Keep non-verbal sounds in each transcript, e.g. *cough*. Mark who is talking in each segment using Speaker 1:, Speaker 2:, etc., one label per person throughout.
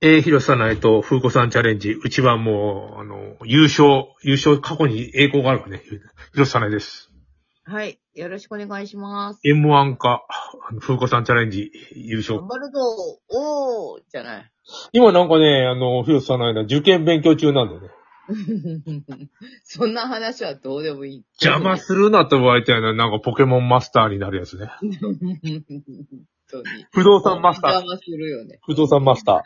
Speaker 1: えー、広瀬さんえっと、風子さんチャレンジ、うちはもう、あの、優勝、優勝過去に栄光があるわね。広瀬さんです。
Speaker 2: はい。よろしくお願いします。
Speaker 1: M1 か、あの風子さんチャレンジ、優勝
Speaker 2: 頑。張るぞおーじゃない。 *laughs*
Speaker 1: 今なんかね、あの、広瀬さんの間、受験勉強中なんだよね。
Speaker 2: そんな話はどうでもいい。
Speaker 1: 邪魔するなと言われたような、なんかポケモンマスターになるやつね。
Speaker 2: 本当に。
Speaker 1: 不動産マスター。
Speaker 2: 邪魔するよね。
Speaker 1: 不動産マスタ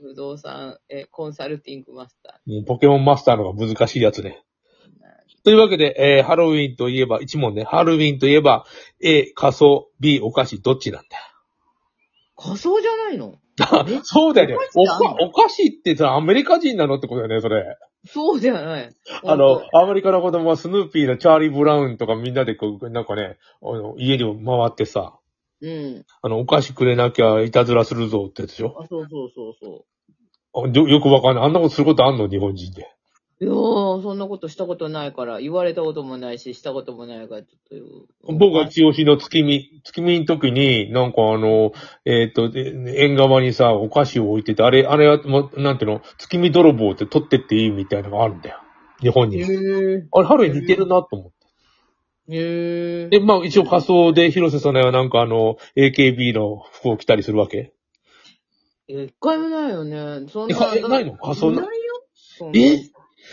Speaker 2: 不動産、え、コンサルティングマスタ
Speaker 1: ー。うんポケモンマスターの方が難しいやつね。
Speaker 2: ー。
Speaker 1: というわけで、えー、ハロウィンといえば、一問ね、ハロウィンといえば、A、仮装、B、お菓子、どっちなんだよ
Speaker 2: 仮想じゃないのえ
Speaker 1: そうだよね。お
Speaker 2: お菓子
Speaker 1: か
Speaker 2: なの
Speaker 1: お菓子ってさ、アメリカ人なのってことだよね、それ。
Speaker 2: そうじゃない。
Speaker 1: あの、アメリカの子供はスヌーピーのチャーリー・ブラウンとかみんなでこう、なんかね、あの家に回ってさ、
Speaker 2: うん。
Speaker 1: あの、お菓子くれなきゃいたずらするぞってやつでしょ
Speaker 2: あ、そうそうそうそ
Speaker 1: あよよくわかんない。あんなことすることあんの日本人で。
Speaker 2: う。いやー、そんなことしたことないから、言われたこともないし、したこともないから、ちょっと。
Speaker 1: 僕は一押しの月見、月見の時に、なんかあの、えっ、と、で縁側にさ、お菓子を置いてて、あれ、あれは、もうなんていうの、月見泥棒って取ってっていいみたいなのがあるんだよ。日本
Speaker 2: へ
Speaker 1: に。
Speaker 2: ー。
Speaker 1: あれ、ハロウィン似てるなと思って。
Speaker 2: へー。
Speaker 1: で、まあ一応仮装で広瀬さんはなんかあの、AKB の服を着たりするわけ
Speaker 2: いや一回もないよね。そん
Speaker 1: え、か
Speaker 2: な。
Speaker 1: えないの仮装
Speaker 2: な
Speaker 1: ない
Speaker 2: よ。そんな
Speaker 1: え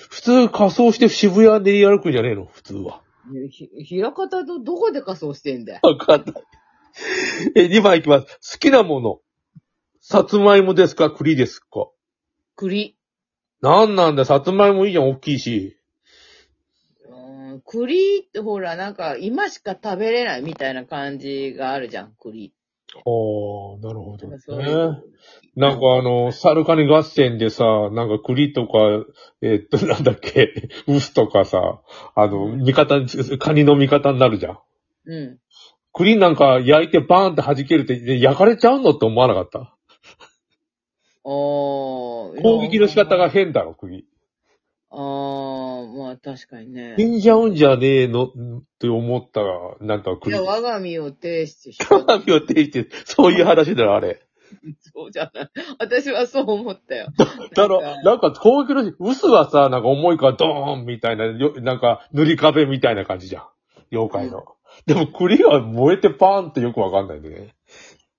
Speaker 1: 普通仮装して渋谷練り歩くんじゃねえの普通は。
Speaker 2: ひ、ひらかたとどこで仮装してんだよ。
Speaker 1: わかんない。え、2番いきます。好きなもの。さつまいもですか栗ですか
Speaker 2: 栗。
Speaker 1: なんなんだよさつまいもいいじゃん、大きいし。
Speaker 2: うーん、栗ってほら、なんか、今しか食べれないみたいな感じがあるじゃん、栗。
Speaker 1: ああ、なるほどね。
Speaker 2: そういう
Speaker 1: なんかあの、サルカニ合戦でさ、なんか栗とか、えっと、なんだっけ、 *laughs* ウスとかさ、あの、味方に、カニの味方になるじゃん。
Speaker 2: う
Speaker 1: 栗なんか焼いてバーンって弾けるって、で焼かれちゃうのって思わなかった。
Speaker 2: ん。おー。
Speaker 1: 攻撃の仕方が。変だろ、栗。
Speaker 2: あー、まあ確かにね。
Speaker 1: 死んじゃうんじゃねえのって思ったら、なんか
Speaker 2: い
Speaker 1: 栗
Speaker 2: や、。我が身を提出し
Speaker 1: *laughs*
Speaker 2: た。 *laughs*
Speaker 1: 鏡を手にして、そういう話だろ、あれ。
Speaker 2: そうじゃない。私はそう思った *laughs* よ。
Speaker 1: だろ、なんか攻撃の、薄はさ、なんか重いからドーンみたいな、よなんか塗り壁みたいな感じじゃん。妖怪の。でも栗は燃えてパーンってよくわかんないんだよね。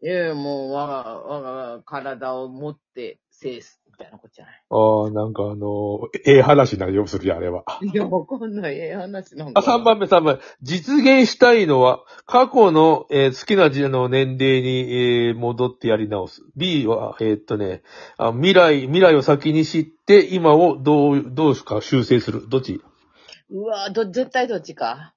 Speaker 2: いやいや、もう我が、我が体を持って制す、みたいなことじゃない。
Speaker 1: ああ、なんかあのーええ話になるよ、するじゃん、あれは。
Speaker 2: いや、わかんない。ええ話なん
Speaker 1: あ、
Speaker 2: か。
Speaker 1: 3番目、3番目。実現したいのは、過去の、えー好きな時の年齢に、えー戻ってやり直す。B は、えーっとねあ、未来、未来を先に知って、今をどう、どうしか修正する。どっち *laughs*
Speaker 2: うわど、絶対どっちか。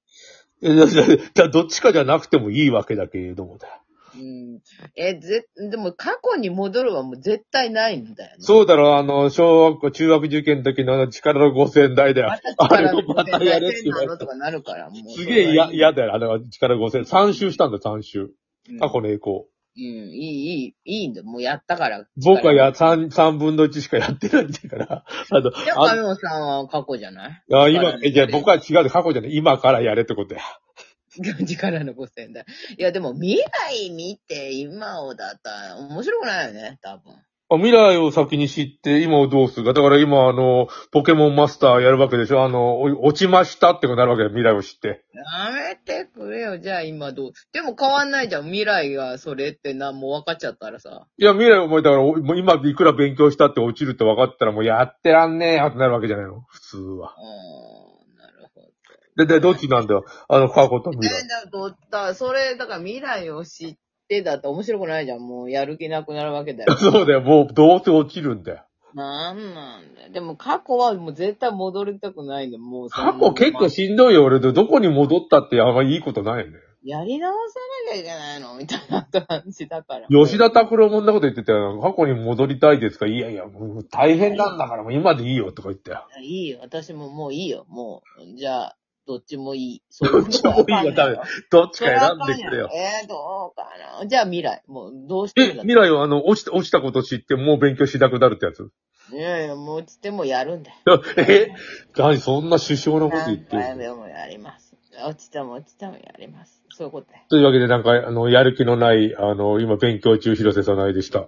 Speaker 1: えじゃあじゃあじゃあどっちかじゃなくてもいいわけだけれどもだよ。
Speaker 2: うん。え、ぜ、でも過去に戻るはもう絶対ないんだよね。
Speaker 1: そうだろ、あの、小学校、中学受験の時のあの力の5000台だよ。あれをまたやれって言わ
Speaker 2: な
Speaker 1: れ
Speaker 2: の
Speaker 1: た
Speaker 2: と。かなるから、もう。
Speaker 1: すげえ嫌、嫌だよ、あれは力5000。3周したんだ、3周。
Speaker 2: うん。
Speaker 1: 過去の栄光。
Speaker 2: うん、いい、いい、いいんだ。もうやったから。
Speaker 1: 僕はや、三、三分の一しかやってないんだから。あの、
Speaker 2: じゃあ、
Speaker 1: あ
Speaker 2: 神尾さんは過去じゃない *laughs*
Speaker 1: あ今、えじゃあ僕は違う、過去じゃない。今からやれってことや。
Speaker 2: 力の5000だ。いや、でも未来見て今をだったら面白くないよね、多分。
Speaker 1: あ未来を先に知って、今をどうするか。だから今、あの、ポケモンマスターやるわけでしょあの、お落ちましたってことになるわけだよ、未来を知って。
Speaker 2: やめてくれよ、じゃあ今どう。でも変わんないじゃん、未来がそれってな、もう分かっちゃったらさ。
Speaker 1: いや、未来を思いたから、おもう今いくら勉強したって落ちるって分かったら、もうやってらんねえよってなるわけじゃないの、普通は。
Speaker 2: あーなるほ
Speaker 1: で、
Speaker 2: ど。
Speaker 1: で、どっちなんだよ。あの、過去と未来。
Speaker 2: え、。だと、だ、それ、だから未来を知ってだと面白くないじゃん。もうやる気なくなるわけだ
Speaker 1: *laughs*
Speaker 2: よ
Speaker 1: *laughs* そうだよ、もう、どうせ落ちるんだよ。
Speaker 2: なんなんだよ。でも過去はもう絶対戻りたくないんだよ。もうそんな
Speaker 1: 過去結構しんどいよ、俺。でどこに戻ったってあんまいいことないよね。
Speaker 2: やり直さなきゃいけないのみたいな感じだから。
Speaker 1: 吉田拓郎もんなこと言ってたよ。過去に戻りたいですかいやいや、もう大変なんだから、もう今でいいよとか言ったよ。
Speaker 2: いいよ。私ももういいよ。もう。じゃあ、どっちもい
Speaker 1: *laughs*
Speaker 2: い。そ
Speaker 1: どっちもいいよダメどっちか選んでくれよ。
Speaker 2: えー、どうかな。じゃあ未来。もう、どうし
Speaker 1: え、
Speaker 2: てもだ
Speaker 1: 未来はあの、落ちた、落ちたこと知ってもう勉強しなくなるってやつ *laughs*
Speaker 2: いやいや、もうつってもやるんだよ。
Speaker 1: え何そんな首相のこと言って
Speaker 2: 何
Speaker 1: る
Speaker 2: 回もやります。落ちても落ちてもやります。そういうことだよ。
Speaker 1: というわけで、なんか、あの、やる気のない、あの、今勉強中、広瀬さないでした。